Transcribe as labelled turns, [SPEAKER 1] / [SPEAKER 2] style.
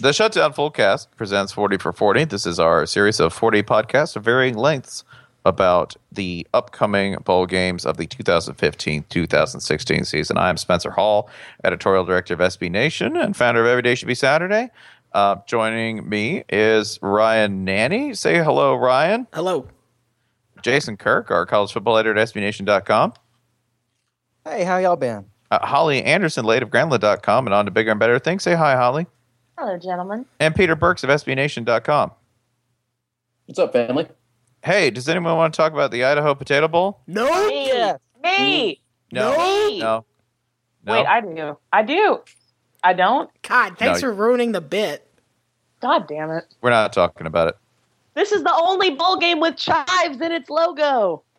[SPEAKER 1] The Shutdown Fullcast presents 40 for 40. This is our series of 40 podcasts of varying lengths about the upcoming bowl games of the 2015-2016 season. I am Spencer Hall, editorial director of SB Nation and founder of Every Day Should Be Saturday. Uh, joining me is Ryan Nanny. Say hello, Ryan.
[SPEAKER 2] Hello.
[SPEAKER 1] Jason Kirk, our college football editor at SBNation.com.
[SPEAKER 3] Hey, how y'all been?
[SPEAKER 1] Uh, Holly Anderson, late of Grandland.com and on to bigger and better things. Say hi, Holly.
[SPEAKER 4] Hello, gentlemen.
[SPEAKER 1] And Peter Burks of SBNation.com.
[SPEAKER 5] What's up, family?
[SPEAKER 1] Hey, does anyone want to talk about the Idaho Potato Bowl?
[SPEAKER 2] No.
[SPEAKER 4] Me.
[SPEAKER 3] Yes.
[SPEAKER 4] Me.
[SPEAKER 1] No.
[SPEAKER 4] Me.
[SPEAKER 1] No. No.
[SPEAKER 4] Wait, I do. I do. I don't.
[SPEAKER 2] God, thanks
[SPEAKER 1] No.
[SPEAKER 2] for ruining the bit.
[SPEAKER 4] God damn it.
[SPEAKER 1] We're not talking about it.
[SPEAKER 4] This is the only bowl game with chives in its logo.